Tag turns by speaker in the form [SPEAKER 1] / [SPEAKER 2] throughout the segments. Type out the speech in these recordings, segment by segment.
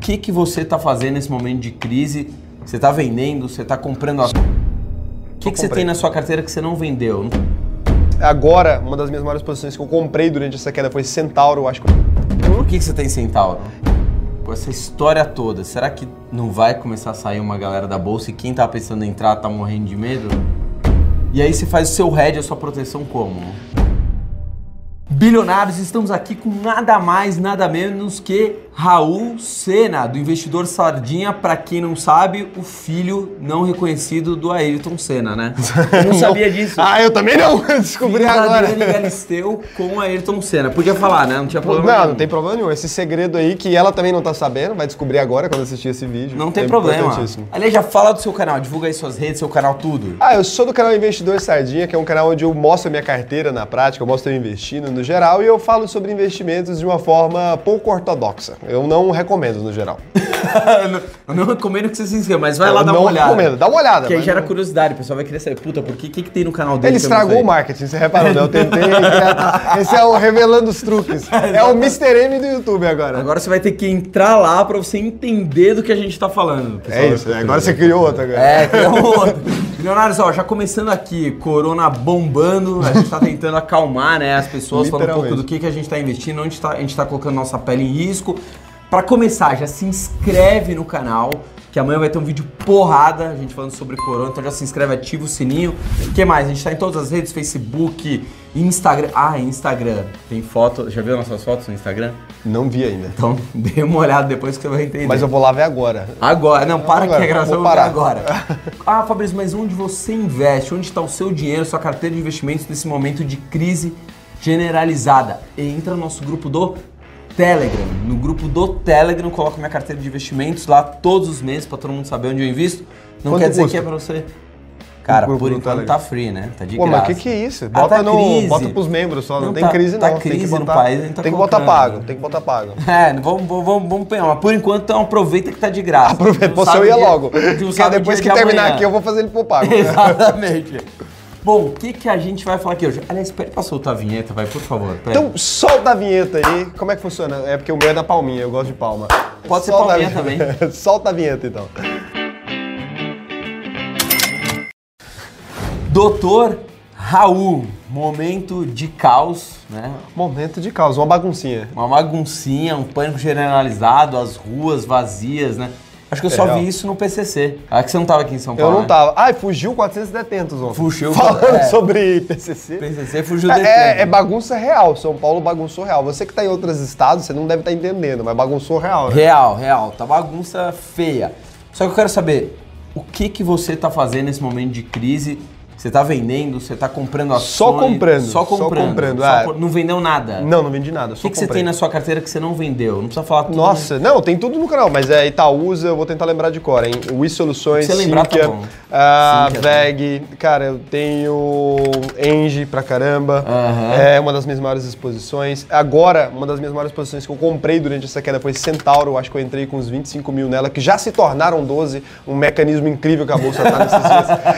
[SPEAKER 1] que, que você está fazendo nesse momento de crise? Você está vendendo? Você está comprando? A... O que, que você tem
[SPEAKER 2] comprei.
[SPEAKER 1] na sua carteira que você não vendeu?
[SPEAKER 2] Agora, uma das minhas maiores posições que eu comprei durante essa queda foi Centauro, eu acho que.
[SPEAKER 1] Por que, que você tem Centauro? Com essa história toda, será que não vai começar a sair uma galera da bolsa e quem tá pensando em entrar tá morrendo de medo? E aí você faz o seu head, a sua proteção como? Bilionários, estamos aqui com nada mais, nada menos que Raul Senna, do investidor Sardinha, para quem não sabe, o filho não reconhecido do Ayrton Senna, né? Eu não sabia disso.
[SPEAKER 2] Ah, eu também não! Descobri
[SPEAKER 1] Filho da
[SPEAKER 2] agora.
[SPEAKER 1] Adriane Galisteu com o Ayrton Senna. Podia falar, né? Não tinha problema.
[SPEAKER 2] Não,
[SPEAKER 1] nenhum.
[SPEAKER 2] não tem problema nenhum. Esse segredo aí que ela também não tá sabendo, vai descobrir agora quando assistir esse vídeo.
[SPEAKER 1] Não tem
[SPEAKER 2] É
[SPEAKER 1] problema.
[SPEAKER 2] importantíssimo.
[SPEAKER 1] Aliás, já fala do seu canal, divulga aí suas redes, seu canal, tudo.
[SPEAKER 2] Ah, eu sou do canal Investidor Sardinha, que é um canal onde eu mostro a minha carteira na prática, eu mostro eu investindo no geral e eu falo sobre investimentos de uma forma pouco ortodoxa. Eu não recomendo no geral.
[SPEAKER 1] Ah, eu, não, eu não recomendo que você se inscreva, mas vai lá
[SPEAKER 2] eu
[SPEAKER 1] dar
[SPEAKER 2] não
[SPEAKER 1] uma olhada.
[SPEAKER 2] recomendo, dá uma olhada.
[SPEAKER 1] Porque aí
[SPEAKER 2] mas
[SPEAKER 1] gera
[SPEAKER 2] não-
[SPEAKER 1] curiosidade, o pessoal vai querer saber, puta, por que, que, que tem no canal dele?
[SPEAKER 2] Ele
[SPEAKER 1] que eu não
[SPEAKER 2] estragou
[SPEAKER 1] sei?
[SPEAKER 2] o marketing, você reparou, né? Eu tentei. criar- Esse é o revelando os truques. É o Mr. M do YouTube agora.
[SPEAKER 1] Agora você vai ter que entrar lá pra você entender do que a gente tá falando. pessoal.
[SPEAKER 2] É isso, agora você criou outro agora.
[SPEAKER 1] É, que é um outro. Milionários, ó, já começando aqui, corona bombando, a gente tá tentando acalmar, né, as pessoas, falando um pouco
[SPEAKER 2] Literalmente.
[SPEAKER 1] do que, que a gente tá investindo, onde tá, a gente tá colocando nossa pele em risco. Pra começar, já se inscreve no canal, que amanhã vai ter um vídeo porrada, a gente falando sobre corona, então já se inscreve, ativa o sininho. O que mais? A gente tá em todas as redes, Facebook, Instagram. Ah, Instagram. Tem foto, já viu nossas fotos no Instagram?
[SPEAKER 2] Não vi ainda.
[SPEAKER 1] Então dê uma olhada depois que você vai entender.
[SPEAKER 2] Mas eu vou lá ver agora.
[SPEAKER 1] Agora, não, para
[SPEAKER 2] Agora,
[SPEAKER 1] que a gravação
[SPEAKER 2] vou
[SPEAKER 1] vai
[SPEAKER 2] parar.
[SPEAKER 1] agora. Ah, Fabrício, mas onde você investe? Onde está o seu dinheiro, sua carteira de investimentos nesse momento de crise generalizada? Entra no nosso grupo do Telegram. No grupo do Telegram, eu coloco minha carteira de investimentos lá todos os meses para todo mundo saber onde eu invisto. Não
[SPEAKER 2] Quanto
[SPEAKER 1] quer dizer
[SPEAKER 2] custa? Um
[SPEAKER 1] que é para você. Cara,
[SPEAKER 2] grupo
[SPEAKER 1] por
[SPEAKER 2] do
[SPEAKER 1] enquanto
[SPEAKER 2] Telegram.
[SPEAKER 1] tá free, né? Tá de
[SPEAKER 2] Pô, mas
[SPEAKER 1] graça.
[SPEAKER 2] o que, que é isso?
[SPEAKER 1] Ah,
[SPEAKER 2] Bota,
[SPEAKER 1] tá
[SPEAKER 2] no,
[SPEAKER 1] crise.
[SPEAKER 2] bota pros membros só, não,
[SPEAKER 1] Não,
[SPEAKER 2] tem
[SPEAKER 1] tá-
[SPEAKER 2] crise não.
[SPEAKER 1] tá
[SPEAKER 2] tem que
[SPEAKER 1] crise no
[SPEAKER 2] botar,
[SPEAKER 1] país, a gente tá
[SPEAKER 2] Tem que botar
[SPEAKER 1] colocando,
[SPEAKER 2] pago,
[SPEAKER 1] né?
[SPEAKER 2] tem que botar pago.
[SPEAKER 1] É, não, vamos, vamos, vamos, vamos pegar, mas por enquanto então aproveita que tá de graça.
[SPEAKER 2] Aproveita,
[SPEAKER 1] Não
[SPEAKER 2] pô, se
[SPEAKER 1] sabe
[SPEAKER 2] eu
[SPEAKER 1] o
[SPEAKER 2] ia
[SPEAKER 1] dia-
[SPEAKER 2] logo.
[SPEAKER 1] não sabe
[SPEAKER 2] Porque
[SPEAKER 1] o
[SPEAKER 2] depois
[SPEAKER 1] dia
[SPEAKER 2] que
[SPEAKER 1] de
[SPEAKER 2] terminar
[SPEAKER 1] amanhã.
[SPEAKER 2] aqui eu vou fazer ele pro pago.
[SPEAKER 1] Exatamente. Bom, o que, que a gente vai falar aqui hoje? Aliás, pede pra soltar a vinheta, vai, por favor. pede.
[SPEAKER 2] Então solta a vinheta aí. Como é que funciona? É porque o meu é da palminha, eu gosto de palma.
[SPEAKER 1] Pode ser
[SPEAKER 2] Solta a
[SPEAKER 1] palminha
[SPEAKER 2] vinheta. solta a vinheta então.
[SPEAKER 1] Doutor Raul, momento de caos, né?
[SPEAKER 2] Momento de caos, uma baguncinha.
[SPEAKER 1] Uma baguncinha, um pânico generalizado, as ruas vazias, né? Acho que eu só
[SPEAKER 2] É, real.
[SPEAKER 1] vi isso no PCC. Ah, que você não tava aqui em São
[SPEAKER 2] Eu
[SPEAKER 1] Paulo.
[SPEAKER 2] não
[SPEAKER 1] né?
[SPEAKER 2] tava. Ai, fugiu 400 detentos ontem.
[SPEAKER 1] Fugiu,
[SPEAKER 2] Falando
[SPEAKER 1] é.
[SPEAKER 2] sobre PCC.
[SPEAKER 1] PCC fugiu desse.
[SPEAKER 2] É, é bagunça real, São Paulo bagunçou real. Você que tá em outros estados, você não deve estar entendendo, mas bagunçou real. Né?
[SPEAKER 1] Real, real. Tá bagunça feia. Só que eu quero saber, o que que você tá fazendo nesse momento de crise? Você tá vendendo? Você tá comprando ações?
[SPEAKER 2] Só comprando,
[SPEAKER 1] Só
[SPEAKER 2] só
[SPEAKER 1] comprando.
[SPEAKER 2] comprando,
[SPEAKER 1] Só
[SPEAKER 2] é.
[SPEAKER 1] por- Não vendeu nada?
[SPEAKER 2] Não, não vendi nada,
[SPEAKER 1] O
[SPEAKER 2] só
[SPEAKER 1] que, que você
[SPEAKER 2] comprei.
[SPEAKER 1] tem na sua carteira que você não vendeu? Não precisa falar tudo.
[SPEAKER 2] Nossa, não, tem tudo no canal, mas é Itaúsa, eu vou tentar lembrar de cor, hein? Wii Soluções,
[SPEAKER 1] Se você lembrar, tá
[SPEAKER 2] Sinqia,
[SPEAKER 1] bom.
[SPEAKER 2] ah,
[SPEAKER 1] Sinqia, tá
[SPEAKER 2] VEG, cara, eu tenho Engie pra caramba,
[SPEAKER 1] Aham.
[SPEAKER 2] é uma das minhas maiores exposições. Agora, uma das minhas maiores posições que eu comprei durante essa queda foi Centauro, acho que eu entrei com uns 25 mil nela, que já se tornaram 12, um mecanismo incrível que a bolsa tá nesses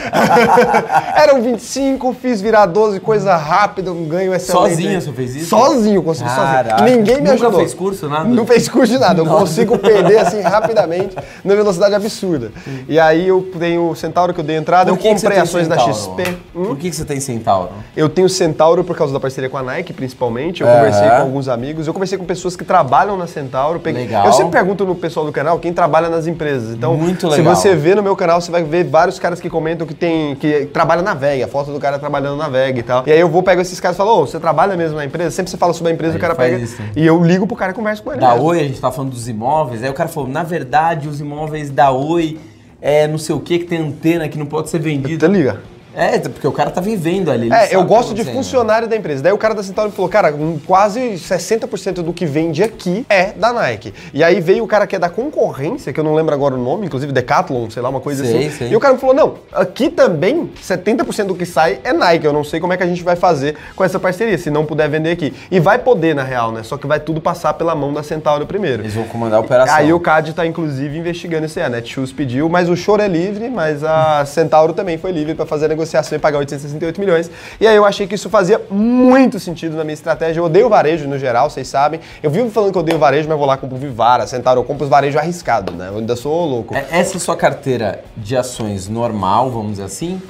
[SPEAKER 2] dias. Eram 25, fiz virar 12, coisa rápida, um ganho excelente.
[SPEAKER 1] Sozinho você fez isso?
[SPEAKER 2] Sozinho, consegui
[SPEAKER 1] Caraca.
[SPEAKER 2] sozinho. Ninguém me
[SPEAKER 1] Nunca
[SPEAKER 2] ajudou.
[SPEAKER 1] fez curso, nada?
[SPEAKER 2] Não fez curso de nada, eu consigo perder assim rapidamente, numa velocidade absurda. E aí eu tenho o Centauro que eu dei entrada, eu
[SPEAKER 1] Por que que você
[SPEAKER 2] comprei
[SPEAKER 1] tem
[SPEAKER 2] ações da Hum?
[SPEAKER 1] Centauro?
[SPEAKER 2] XP.
[SPEAKER 1] Por que que você tem Centauro?
[SPEAKER 2] Eu tenho Centauro por causa da parceria com a Nike, principalmente. Eu
[SPEAKER 1] Aham.
[SPEAKER 2] conversei com alguns amigos, eu conversei com pessoas que trabalham na Centauro. Peguei-
[SPEAKER 1] Legal.
[SPEAKER 2] Eu sempre pergunto no pessoal do canal quem trabalha nas empresas. Então,
[SPEAKER 1] Muito
[SPEAKER 2] se
[SPEAKER 1] legal.
[SPEAKER 2] você vê no meu canal, você vai ver vários caras que comentam que tem que trabalha na VEG, a foto do cara trabalhando na VEG e tal. E aí eu vou pego esses caras e falo: "Ô, você trabalha mesmo na empresa?" Sempre você fala sobre a empresa,
[SPEAKER 1] Aí
[SPEAKER 2] o cara
[SPEAKER 1] faz
[SPEAKER 2] pega
[SPEAKER 1] isso.
[SPEAKER 2] e eu ligo pro cara e converso com ele.
[SPEAKER 1] Da
[SPEAKER 2] mesmo.
[SPEAKER 1] Oi, a gente tá falando dos imóveis. Aí o cara falou, na verdade, os imóveis da Oi é não sei o que, que tem antena que não pode ser vendido.
[SPEAKER 2] Tá liga.
[SPEAKER 1] É, porque o cara tá vivendo ali. ele sabe
[SPEAKER 2] É, eu
[SPEAKER 1] o que tá
[SPEAKER 2] gosto de
[SPEAKER 1] acontecendo.
[SPEAKER 2] funcionário da empresa. Daí o cara da Centauro me falou, cara, um- quase 60% do que vende aqui é da Nike. E aí veio o cara que é da concorrência, que eu não lembro agora o nome, inclusive Decathlon, sei lá, uma coisa
[SPEAKER 1] Sei,
[SPEAKER 2] assim.
[SPEAKER 1] sei.
[SPEAKER 2] E o cara me falou, não, aqui também 70% do que sai é Nike. Eu não sei como é que a gente vai fazer com essa parceria, se não puder vender aqui. E vai poder, na real, né? Só que vai tudo passar pela mão da Centauro primeiro.
[SPEAKER 1] Eles vão comandar a operação.
[SPEAKER 2] Aí o CAD tá, inclusive, investigando isso aí. A Netshoes pediu, mas o Choro é livre, mas a Centauro também foi livre para fazer a negociação e pagar 868 milhões. E aí eu achei que isso fazia muito sentido na minha estratégia. Eu odeio varejo no geral, vocês sabem. Eu vivo falando que eu odeio varejo, mas vou lá, compro Vivara, Centauro, eu compro os varejos arriscados, né? Eu ainda sou louco.
[SPEAKER 1] É- Essa é sua carteira de ações normal, vamos dizer assim?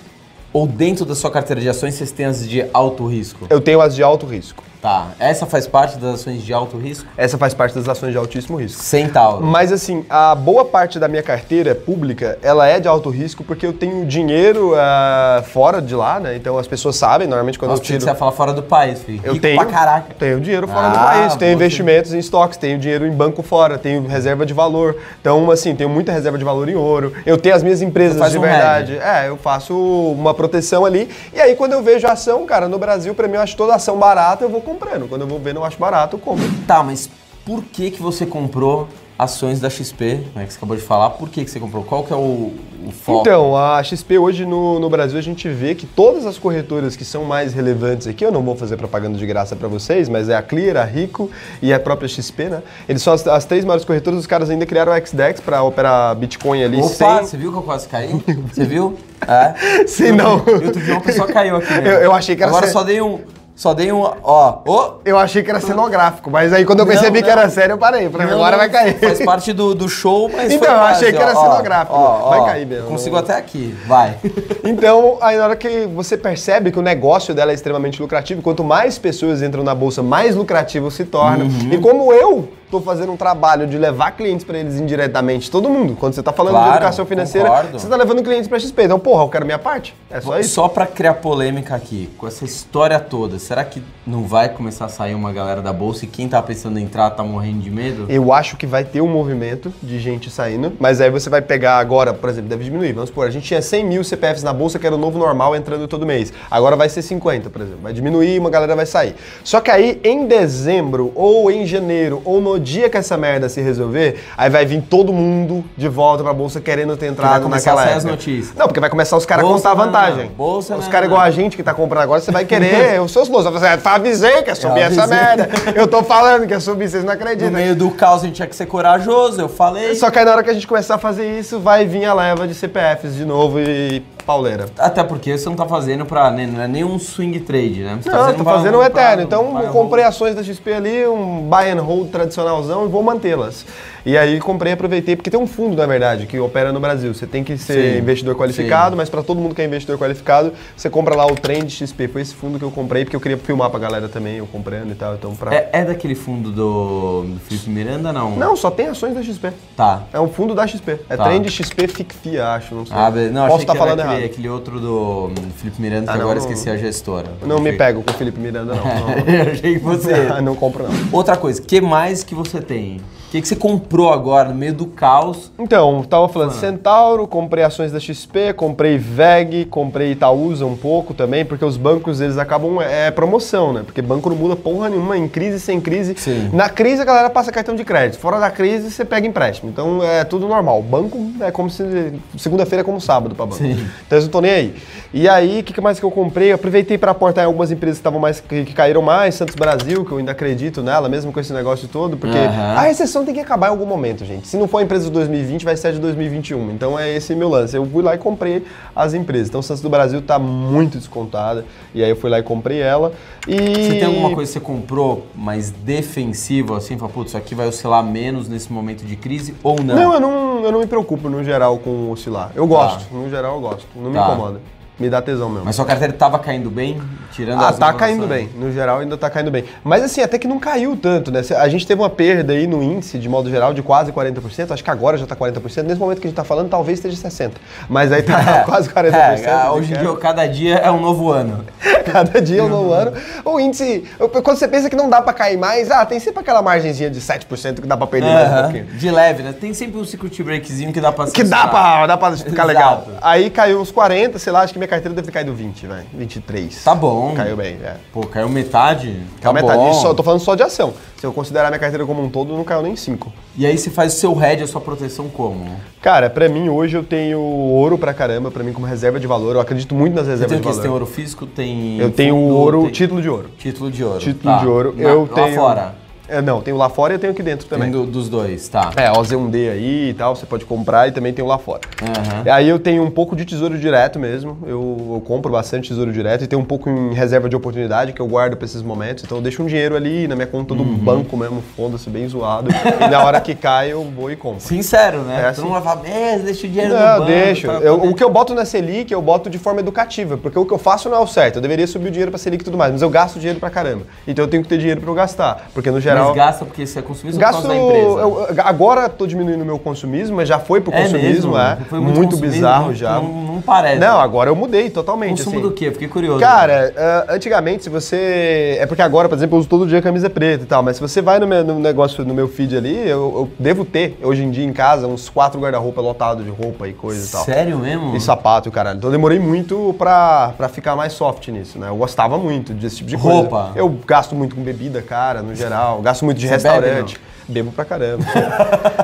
[SPEAKER 1] Ou dentro da sua carteira de ações vocês têm as de alto risco?
[SPEAKER 2] Eu tenho as de alto risco.
[SPEAKER 1] Tá. Essa faz parte das ações de alto risco?
[SPEAKER 2] Essa faz parte das ações de altíssimo risco.
[SPEAKER 1] Centauro.
[SPEAKER 2] Mas assim, a boa parte da minha carteira pública, ela é de alto risco porque eu tenho dinheiro ah, fora de lá, né? Então as pessoas sabem, normalmente quando
[SPEAKER 1] Nossa,
[SPEAKER 2] eu
[SPEAKER 1] tinha que
[SPEAKER 2] tiro...
[SPEAKER 1] você ia falar fora do país, filho.
[SPEAKER 2] Eu
[SPEAKER 1] Rico
[SPEAKER 2] tenho,
[SPEAKER 1] pra caraca.
[SPEAKER 2] tenho dinheiro fora do
[SPEAKER 1] Ah,
[SPEAKER 2] país, tenho
[SPEAKER 1] bom,
[SPEAKER 2] investimentos em estoques, tenho dinheiro em banco fora, tenho reserva de valor. Então, assim, tenho muita reserva de valor em ouro. Eu tenho as minhas empresas
[SPEAKER 1] faz
[SPEAKER 2] de
[SPEAKER 1] um
[SPEAKER 2] verdade. É, eu faço uma proteção ali. E aí, quando eu vejo a ação, cara, no Brasil, pra mim, eu acho toda ação barata, eu vou comprando. Quando eu vou ver, não acho barato, eu compro.
[SPEAKER 1] Tá, mas por que que você comprou ações da XP, né, que você acabou de falar? Por que que você comprou? Qual que é o, o foco?
[SPEAKER 2] Então, a XP hoje no, no Brasil a gente vê que todas as corretoras que são mais relevantes aqui, eu não vou fazer propaganda de graça para vocês, mas é a Clear, a Rico e a própria XP, né? Eles são as, as três maiores corretoras, os caras ainda criaram o XDEX para operar Bitcoin ali
[SPEAKER 1] Opa, você viu que eu quase caí? Você viu? É.
[SPEAKER 2] sem. Sem não.
[SPEAKER 1] E outro dia uma pessoa caiu aqui. né?
[SPEAKER 2] Eu- eu achei que era
[SPEAKER 1] Agora
[SPEAKER 2] ser-
[SPEAKER 1] só dei um. Só dei um. Ó. Ô!
[SPEAKER 2] Eu achei que era cenográfico, mas aí quando eu
[SPEAKER 1] Não,
[SPEAKER 2] percebi que
[SPEAKER 1] não.
[SPEAKER 2] era sério, eu parei. Falei,
[SPEAKER 1] Não,
[SPEAKER 2] agora
[SPEAKER 1] não,
[SPEAKER 2] vai cair.
[SPEAKER 1] Faz parte do, do show, mas. foi
[SPEAKER 2] Então, eu
[SPEAKER 1] quase,
[SPEAKER 2] achei que
[SPEAKER 1] ó,
[SPEAKER 2] era
[SPEAKER 1] ó,
[SPEAKER 2] cenográfico.
[SPEAKER 1] ó,
[SPEAKER 2] Vai
[SPEAKER 1] ó.
[SPEAKER 2] cair mesmo.
[SPEAKER 1] Eu Consigo até aqui, vai.
[SPEAKER 2] Então, aí na hora que você percebe que o negócio dela é extremamente lucrativo, quanto mais pessoas entram na bolsa, mais lucrativo se torna.
[SPEAKER 1] Uhum.
[SPEAKER 2] E como eu tô fazendo um trabalho de levar clientes para eles indiretamente, todo mundo, quando você tá falando de
[SPEAKER 1] Claro,
[SPEAKER 2] educação financeira,
[SPEAKER 1] concordo.
[SPEAKER 2] você tá levando clientes para XP. Então, porra, eu quero minha parte. É só isso.
[SPEAKER 1] Só pra criar polêmica aqui, com essa história toda, será que não vai começar a sair uma galera da bolsa e quem tá pensando em entrar tá morrendo de medo?
[SPEAKER 2] Eu acho que vai ter um movimento de gente saindo, mas aí você vai pegar agora, por exemplo, deve diminuir. Vamos supor, a gente tinha 100 mil CPFs na bolsa, que era o novo normal entrando todo mês. Agora vai ser 50, por exemplo. Vai diminuir, uma galera vai sair. Só que aí em dezembro, ou em janeiro, ou no dia que essa merda se resolver, aí vai vir todo mundo de volta pra bolsa querendo ter entrado
[SPEAKER 1] começar
[SPEAKER 2] naquela
[SPEAKER 1] a sair
[SPEAKER 2] época.
[SPEAKER 1] as notícias.
[SPEAKER 2] Não, porque vai começar os caras a
[SPEAKER 1] Bolsa
[SPEAKER 2] contar
[SPEAKER 1] não,
[SPEAKER 2] vantagem.
[SPEAKER 1] não. Bolsa
[SPEAKER 2] os
[SPEAKER 1] não,
[SPEAKER 2] caras
[SPEAKER 1] não.
[SPEAKER 2] igual a gente que tá comprando agora, você vai querer os seus loucos. Você vai falar, assim, "Ah, avisei que ia subir essa
[SPEAKER 1] avisei."
[SPEAKER 2] merda. Eu tô falando que ia subir, vocês não acreditam.
[SPEAKER 1] No meio do caos a gente tinha que ser corajoso, eu falei.
[SPEAKER 2] É Só que aí na hora que a gente começar a fazer isso, vai vir a leva de CPFs de novo e pauleira.
[SPEAKER 1] Até porque você não tá fazendo pra. né, Não é nem um swing trade, né? Você
[SPEAKER 2] Não, eu tô
[SPEAKER 1] pra-
[SPEAKER 2] fazendo um
[SPEAKER 1] pra-
[SPEAKER 2] eterno. Então
[SPEAKER 1] pra-
[SPEAKER 2] eu comprei ações da XP ali, um buy and hold tradicionalzão e vou mantê-las. E aí comprei, aproveitei, porque tem um fundo, na verdade, que opera no Brasil. Você tem que ser
[SPEAKER 1] Sim,
[SPEAKER 2] investidor
[SPEAKER 1] sim.
[SPEAKER 2] qualificado, mas pra todo mundo que é investidor qualificado, você compra lá o trem de XP. Foi esse fundo que eu comprei, porque eu queria filmar pra galera também, eu comprando e tal. Então pra...
[SPEAKER 1] É, é daquele fundo do, do Felipe Miranda, não?
[SPEAKER 2] Não, só tem ações da XP.
[SPEAKER 1] Tá.
[SPEAKER 2] É um fundo da XP. É
[SPEAKER 1] Tá.
[SPEAKER 2] trem de XP FICFIA, acho, não sei.
[SPEAKER 1] Ah, beleza. não,
[SPEAKER 2] Posso
[SPEAKER 1] achei
[SPEAKER 2] estar
[SPEAKER 1] que era
[SPEAKER 2] falando
[SPEAKER 1] aquele,
[SPEAKER 2] errado.
[SPEAKER 1] aquele outro do hum, Felipe Miranda,
[SPEAKER 2] Ah,
[SPEAKER 1] que
[SPEAKER 2] não,
[SPEAKER 1] agora
[SPEAKER 2] não.
[SPEAKER 1] eu esqueci a gestora.
[SPEAKER 2] Não me pego com o Felipe Miranda, não. não.
[SPEAKER 1] Eu achei que você.
[SPEAKER 2] Ah, não compro, não.
[SPEAKER 1] Outra coisa, que mais que você tem? O que, que você comprou agora no meio do caos?
[SPEAKER 2] Então, tava
[SPEAKER 1] Ah.
[SPEAKER 2] falando Centauro, comprei ações da XP, comprei VEG, comprei Itaúsa um pouco também, porque os bancos, eles acabam... É promoção, né? Porque banco não muda porra nenhuma, em crise, sem crise.
[SPEAKER 1] Sim.
[SPEAKER 2] Na crise, a galera passa cartão de crédito. Fora da crise, você pega empréstimo. Então, é tudo normal. Banco é como se... Segunda-feira é como sábado pra banco.
[SPEAKER 1] Sim.
[SPEAKER 2] Então eu não tô nem aí. E aí, o que, que mais que eu comprei? Eu aproveitei para aportar em algumas empresas que estavam mais que, que caíram mais, Santos Brasil, que eu ainda acredito nela, mesmo com esse negócio todo, porque
[SPEAKER 1] Aham.
[SPEAKER 2] a recessão É tem que acabar em algum momento, gente. Se não for a empresa de 2020, vai ser a de 2021. Então é esse meu lance. Eu fui lá e comprei as empresas. Então Santos do Brasil tá muito descontada. E aí eu fui lá e comprei ela. E
[SPEAKER 1] Você tem alguma coisa que você comprou mais defensiva, assim? Fala, putz, isso aqui vai oscilar menos nesse momento de crise ou não?
[SPEAKER 2] Não, eu não, eu não me preocupo no geral com oscilar. Eu gosto, no geral eu gosto.
[SPEAKER 1] Tá.
[SPEAKER 2] Não me incomoda. Me dá tesão mesmo.
[SPEAKER 1] Mas sua carteira tava caindo bem, tirando
[SPEAKER 2] Ah,
[SPEAKER 1] as
[SPEAKER 2] tá
[SPEAKER 1] novas
[SPEAKER 2] caindo
[SPEAKER 1] ações.
[SPEAKER 2] bem. No geral, ainda tá caindo bem. Mas assim, até que não caiu tanto, né? A gente teve uma perda aí no índice, de modo geral, de quase 40%. Acho que agora já tá 40%. Nesse momento que a gente tá falando, talvez esteja 60%. Mas aí tá quase 40%.
[SPEAKER 1] É,
[SPEAKER 2] né,
[SPEAKER 1] hoje em
[SPEAKER 2] cara?
[SPEAKER 1] dia, cada dia é um novo ano.
[SPEAKER 2] Cada dia, um novo ano. O índice, quando você pensa que não dá pra cair mais, ah, tem sempre aquela margenzinha de 7% que dá pra perder mais um
[SPEAKER 1] Aham,
[SPEAKER 2] pouquinho.
[SPEAKER 1] De leve, né? Tem sempre um security breakzinho que dá pra
[SPEAKER 2] Que dá
[SPEAKER 1] assustar.
[SPEAKER 2] pra, dá pra ficar
[SPEAKER 1] Exato.
[SPEAKER 2] legal. Aí caiu uns 40, sei lá, acho que minha carteira deve ter caído 20, vai. 23.
[SPEAKER 1] Tá bom.
[SPEAKER 2] Caiu bem, é.
[SPEAKER 1] Pô, caiu metade?
[SPEAKER 2] Tá
[SPEAKER 1] Tá
[SPEAKER 2] metade
[SPEAKER 1] bom.
[SPEAKER 2] disso, eu tô falando só de ação. Se eu considerar minha carteira como um todo, não caiu nem 5.
[SPEAKER 1] E aí você faz o seu head, a sua proteção como?
[SPEAKER 2] Cara, pra mim hoje eu tenho ouro pra caramba, pra mim como reserva de valor. Eu acredito muito nas
[SPEAKER 1] Você tem
[SPEAKER 2] reservas
[SPEAKER 1] o
[SPEAKER 2] de
[SPEAKER 1] quê? Você tem
[SPEAKER 2] valor.
[SPEAKER 1] ouro físico, tem...
[SPEAKER 2] Eu tenho
[SPEAKER 1] fundo,
[SPEAKER 2] ouro,
[SPEAKER 1] tem-
[SPEAKER 2] título de ouro.
[SPEAKER 1] título de ouro. Tá.
[SPEAKER 2] Título de ouro.
[SPEAKER 1] Na-
[SPEAKER 2] eu
[SPEAKER 1] lá
[SPEAKER 2] tenho.
[SPEAKER 1] fora.
[SPEAKER 2] É, não, tem o lá fora e eu tenho aqui dentro também.
[SPEAKER 1] Tem do- dos dois, tá.
[SPEAKER 2] É, OZ1D aí e tal, você pode comprar e também tem o lá fora.
[SPEAKER 1] Aham.
[SPEAKER 2] E Aí eu tenho um pouco de tesouro direto mesmo, eu, eu compro bastante tesouro direto e tenho um pouco em reserva de oportunidade que eu guardo pra esses momentos. Então eu deixo um dinheiro ali na minha conta
[SPEAKER 1] Uhum.
[SPEAKER 2] do banco mesmo, foda-se, bem zoado. e na hora que cai eu vou e compro.
[SPEAKER 1] Sincero, né?
[SPEAKER 2] É assim.
[SPEAKER 1] Tu não vai falar, "É, deixa o dinheiro no
[SPEAKER 2] Não,
[SPEAKER 1] banco.
[SPEAKER 2] deixo.
[SPEAKER 1] tá, tá,
[SPEAKER 2] Eu-
[SPEAKER 1] deixa."
[SPEAKER 2] o que eu boto na Selic, eu boto de forma educativa, porque o que eu faço não é o certo. Eu deveria subir o dinheiro pra Selic e tudo mais, mas eu gasto dinheiro pra caramba. Então eu tenho que ter dinheiro pra eu gastar, porque no geral...
[SPEAKER 1] Mas gasta porque você é consumista
[SPEAKER 2] Gasto.
[SPEAKER 1] ou por
[SPEAKER 2] é
[SPEAKER 1] causa da empresa?
[SPEAKER 2] eu- eu- agora tô diminuindo meu consumismo, mas já foi pro
[SPEAKER 1] É
[SPEAKER 2] consumismo,
[SPEAKER 1] mesmo?
[SPEAKER 2] é.
[SPEAKER 1] Foi
[SPEAKER 2] muito
[SPEAKER 1] muito consumismo,
[SPEAKER 2] bizarro
[SPEAKER 1] não-
[SPEAKER 2] já.
[SPEAKER 1] não- não parece.
[SPEAKER 2] Não, agora eu mudei totalmente.
[SPEAKER 1] Consumo
[SPEAKER 2] assim.
[SPEAKER 1] do quê? Fiquei curioso.
[SPEAKER 2] Cara, ah, antigamente, se você. É porque agora, por exemplo, eu uso todo dia camisa preta e tal, mas se você vai no meu no negócio, no meu feed ali, eu, eu devo ter, hoje em dia em casa, uns quatro guarda-roupa lotados de roupa e coisa e tal.
[SPEAKER 1] Sério mesmo?
[SPEAKER 2] E sapato, e caralho. Então eu demorei muito pra, pra ficar mais soft nisso, né? Eu gostava muito desse tipo de coisa.
[SPEAKER 1] Roupa.
[SPEAKER 2] Eu gasto muito com bebida, cara, no geral. Gasto muito de
[SPEAKER 1] Você
[SPEAKER 2] restaurante. Bebo pra caramba.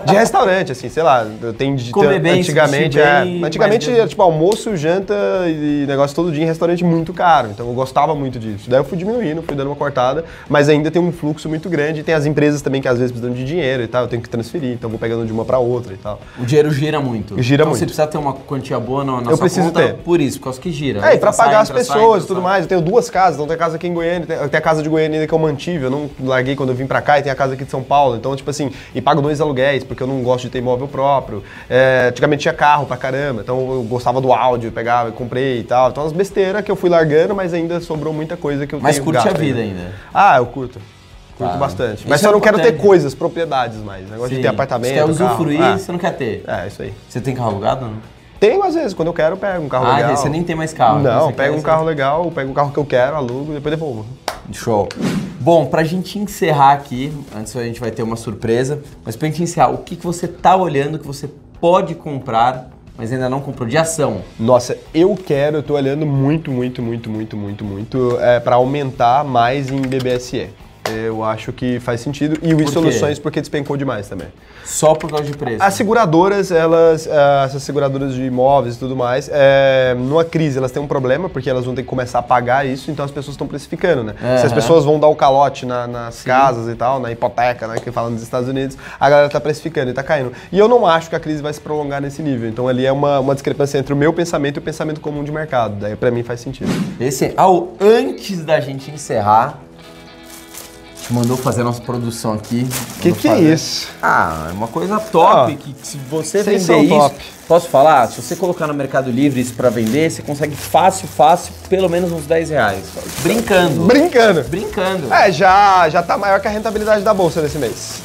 [SPEAKER 2] de restaurante, assim, sei lá, eu tenho de
[SPEAKER 1] Comer bem, se
[SPEAKER 2] antigamente,
[SPEAKER 1] vestir
[SPEAKER 2] é.
[SPEAKER 1] bem,
[SPEAKER 2] antigamente
[SPEAKER 1] mas-
[SPEAKER 2] era tipo almoço, janta e negócio todo dia em restaurante muito caro. Então eu gostava muito disso. Daí eu fui diminuindo, fui dando uma cortada, mas ainda tem um fluxo muito grande. E tem as empresas também que às vezes precisam de dinheiro e tal, eu tenho que transferir, então eu vou pegando de uma pra outra e tal.
[SPEAKER 1] O dinheiro gira muito.
[SPEAKER 2] é Gira
[SPEAKER 1] então
[SPEAKER 2] muito.
[SPEAKER 1] você precisa ter uma quantia boa na, na
[SPEAKER 2] Eu
[SPEAKER 1] sua
[SPEAKER 2] preciso
[SPEAKER 1] conta
[SPEAKER 2] ter.
[SPEAKER 1] por isso, por causa que gira.
[SPEAKER 2] É, e
[SPEAKER 1] Entra,
[SPEAKER 2] pra
[SPEAKER 1] sai,
[SPEAKER 2] pagar as
[SPEAKER 1] entra, sai,
[SPEAKER 2] pessoas e
[SPEAKER 1] entra,
[SPEAKER 2] tudo
[SPEAKER 1] sai.
[SPEAKER 2] mais. Eu tenho duas casas, então tem a casa aqui em Goiânia, tem, tem a casa de Goiânia ainda que eu mantive, eu não larguei quando eu vim pra cá, e tem a casa aqui de São Paulo. Então, tipo assim, e pago dois aluguéis, porque eu não gosto de ter imóvel próprio. É, antigamente tinha carro pra caramba, então eu gostava do áudio, eu pegava e comprei e tal. Então, as besteiras que eu fui largando, mas ainda sobrou muita coisa que eu
[SPEAKER 1] Mas
[SPEAKER 2] tenho
[SPEAKER 1] curte
[SPEAKER 2] gasto
[SPEAKER 1] a vida ainda.
[SPEAKER 2] Ah, eu curto. Curto
[SPEAKER 1] Tá.
[SPEAKER 2] bastante.
[SPEAKER 1] Isso
[SPEAKER 2] Mas só
[SPEAKER 1] é
[SPEAKER 2] não quero ter
[SPEAKER 1] importante.
[SPEAKER 2] coisas, propriedades mais. Negócio de ter
[SPEAKER 1] Sim.
[SPEAKER 2] apartamento.
[SPEAKER 1] Você quer
[SPEAKER 2] carro.
[SPEAKER 1] usufruir,
[SPEAKER 2] Ah,
[SPEAKER 1] você não quer ter.
[SPEAKER 2] É, isso aí.
[SPEAKER 1] Você tem carro alugado ou não?
[SPEAKER 2] Tenho às vezes, quando eu quero, eu pego um carro
[SPEAKER 1] ah,
[SPEAKER 2] legal.
[SPEAKER 1] você nem tem mais carro. então
[SPEAKER 2] Não,
[SPEAKER 1] você
[SPEAKER 2] pega
[SPEAKER 1] quer
[SPEAKER 2] um
[SPEAKER 1] essa-
[SPEAKER 2] carro legal, pega um carro que eu quero, alugo e depois devolvo.
[SPEAKER 1] Show. Bom, pra gente encerrar aqui, antes a gente vai ter uma surpresa, mas pra gente encerrar, o que, que você tá olhando que você pode comprar, mas ainda não comprou, de ação?
[SPEAKER 2] Nossa, eu quero, eu tô olhando muito, muito, muito, muito, muito, muito é, para aumentar mais em BBSE. Eu acho que faz sentido. E o
[SPEAKER 1] quê?
[SPEAKER 2] soluções porque despencou demais também.
[SPEAKER 1] Só por causa de preço.
[SPEAKER 2] As seguradoras, elas, ah, essas seguradoras de imóveis e tudo mais, é, numa crise elas têm um problema, porque elas vão ter que começar a pagar isso, então as pessoas estão precificando, né? Se as
[SPEAKER 1] Aham.
[SPEAKER 2] pessoas vão dar o calote na- nas casas e tal, na hipoteca, né, que falam nos Estados Unidos, a galera tá precificando e tá caindo. E eu não acho que a crise vai se prolongar nesse nível, então ali é uma, uma discrepância entre o meu pensamento e o pensamento comum de mercado, daí pra mim faz sentido.
[SPEAKER 1] Esse, ao antes da gente encerrar, te mandou fazer a nossa produção aqui.
[SPEAKER 2] Que
[SPEAKER 1] Mandou
[SPEAKER 2] que é
[SPEAKER 1] fazer.
[SPEAKER 2] isso?
[SPEAKER 1] Ah, é uma coisa top
[SPEAKER 2] Ah,
[SPEAKER 1] que, que se você
[SPEAKER 2] vocês
[SPEAKER 1] vender isso,
[SPEAKER 2] são top.
[SPEAKER 1] posso falar? Se você colocar no Mercado Livre isso pra vender, você consegue fácil, fácil, pelo menos uns 10 reais. Brincando.
[SPEAKER 2] Brincando!
[SPEAKER 1] Brincando.
[SPEAKER 2] É, já, já tá maior que a rentabilidade da bolsa nesse mês.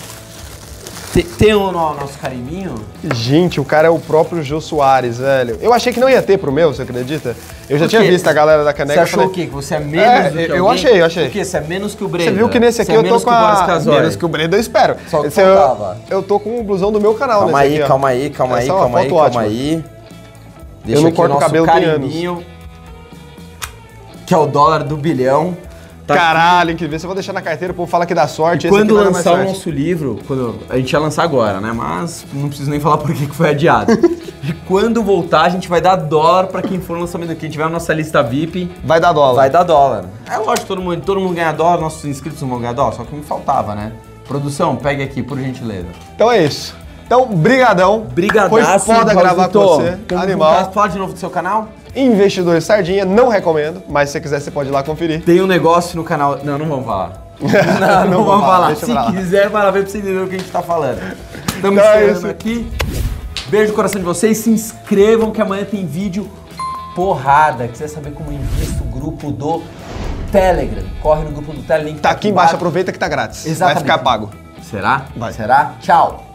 [SPEAKER 1] Te- Tem o no- nosso carimbinho?
[SPEAKER 2] Gente, o cara é o próprio Jô Soares, velho. Eu achei que não ia ter pro meu, você acredita? Eu já
[SPEAKER 1] Por
[SPEAKER 2] tinha
[SPEAKER 1] quê?
[SPEAKER 2] visto a galera da caneca.
[SPEAKER 1] Você achou
[SPEAKER 2] eu
[SPEAKER 1] o
[SPEAKER 2] falei,
[SPEAKER 1] quê? Que você é menos
[SPEAKER 2] É,
[SPEAKER 1] do que
[SPEAKER 2] eu
[SPEAKER 1] alguém?
[SPEAKER 2] achei, eu achei.
[SPEAKER 1] Por quê? Você é menos que o Breno. é
[SPEAKER 2] Você viu que nesse aqui eu tô com a... Menos que o Breno, eu espero.
[SPEAKER 1] Só
[SPEAKER 2] Esse eu,
[SPEAKER 1] faltava.
[SPEAKER 2] eu tô com o blusão do meu canal
[SPEAKER 1] Calma
[SPEAKER 2] nesse
[SPEAKER 1] aí,
[SPEAKER 2] aqui, ó.
[SPEAKER 1] calma aí, calma aí,
[SPEAKER 2] Essa é uma
[SPEAKER 1] calma aí,
[SPEAKER 2] foto
[SPEAKER 1] calma
[SPEAKER 2] ótima.
[SPEAKER 1] aí. Deixa
[SPEAKER 2] não
[SPEAKER 1] aqui
[SPEAKER 2] corto
[SPEAKER 1] o nosso
[SPEAKER 2] cabelo tem anos.
[SPEAKER 1] carimbinho, que é o dólar do bilhão. Tá
[SPEAKER 2] Caralho, incrível. Esse eu vou deixar na carteira, o povo fala que dá sorte. esse
[SPEAKER 1] Quando
[SPEAKER 2] aqui vai dar mais
[SPEAKER 1] lançar o
[SPEAKER 2] sorte.
[SPEAKER 1] nosso livro, quando- a gente ia lançar agora, né? Mas não preciso nem falar por que que foi adiado. E quando voltar, a gente vai dar dólar pra quem for no lançamento. Quem tiver na nossa lista VIP,
[SPEAKER 2] Vai dar dólar.
[SPEAKER 1] vai dar dólar. É lógico, todo mundo, todo mundo ganha dólar, nossos inscritos não vão ganhar dólar, só que me faltava, né? Produção, pegue aqui, por gentileza.
[SPEAKER 2] Então é isso. Então, brigadão. Foi
[SPEAKER 1] Brigadaço,
[SPEAKER 2] foda gravar com
[SPEAKER 1] Paulito.
[SPEAKER 2] você.
[SPEAKER 1] Tamo
[SPEAKER 2] Animal.
[SPEAKER 1] juntas. um Fala de novo do seu canal.
[SPEAKER 2] Investidor Sardinha, não recomendo, mas se você quiser, você pode ir lá conferir.
[SPEAKER 1] Tem um negócio no canal. Não, não vamos falar.
[SPEAKER 2] Não,
[SPEAKER 1] Não vamos falar.
[SPEAKER 2] deixa pra lá.
[SPEAKER 1] Se quiser, vai lá ver pra você entender o que a gente tá falando. Estamos
[SPEAKER 2] Então é
[SPEAKER 1] encerrando
[SPEAKER 2] isso.
[SPEAKER 1] aqui. Beijo no coração de vocês. Se inscrevam que amanhã tem vídeo porrada. Quiser saber como invista o grupo do Telegram? Corre no grupo do Telegram. que tá
[SPEAKER 2] Tá aqui embaixo, aproveita que tá grátis. Vai
[SPEAKER 1] Exatamente.
[SPEAKER 2] ficar pago.
[SPEAKER 1] Será?
[SPEAKER 2] Vai.
[SPEAKER 1] Será? Tchau.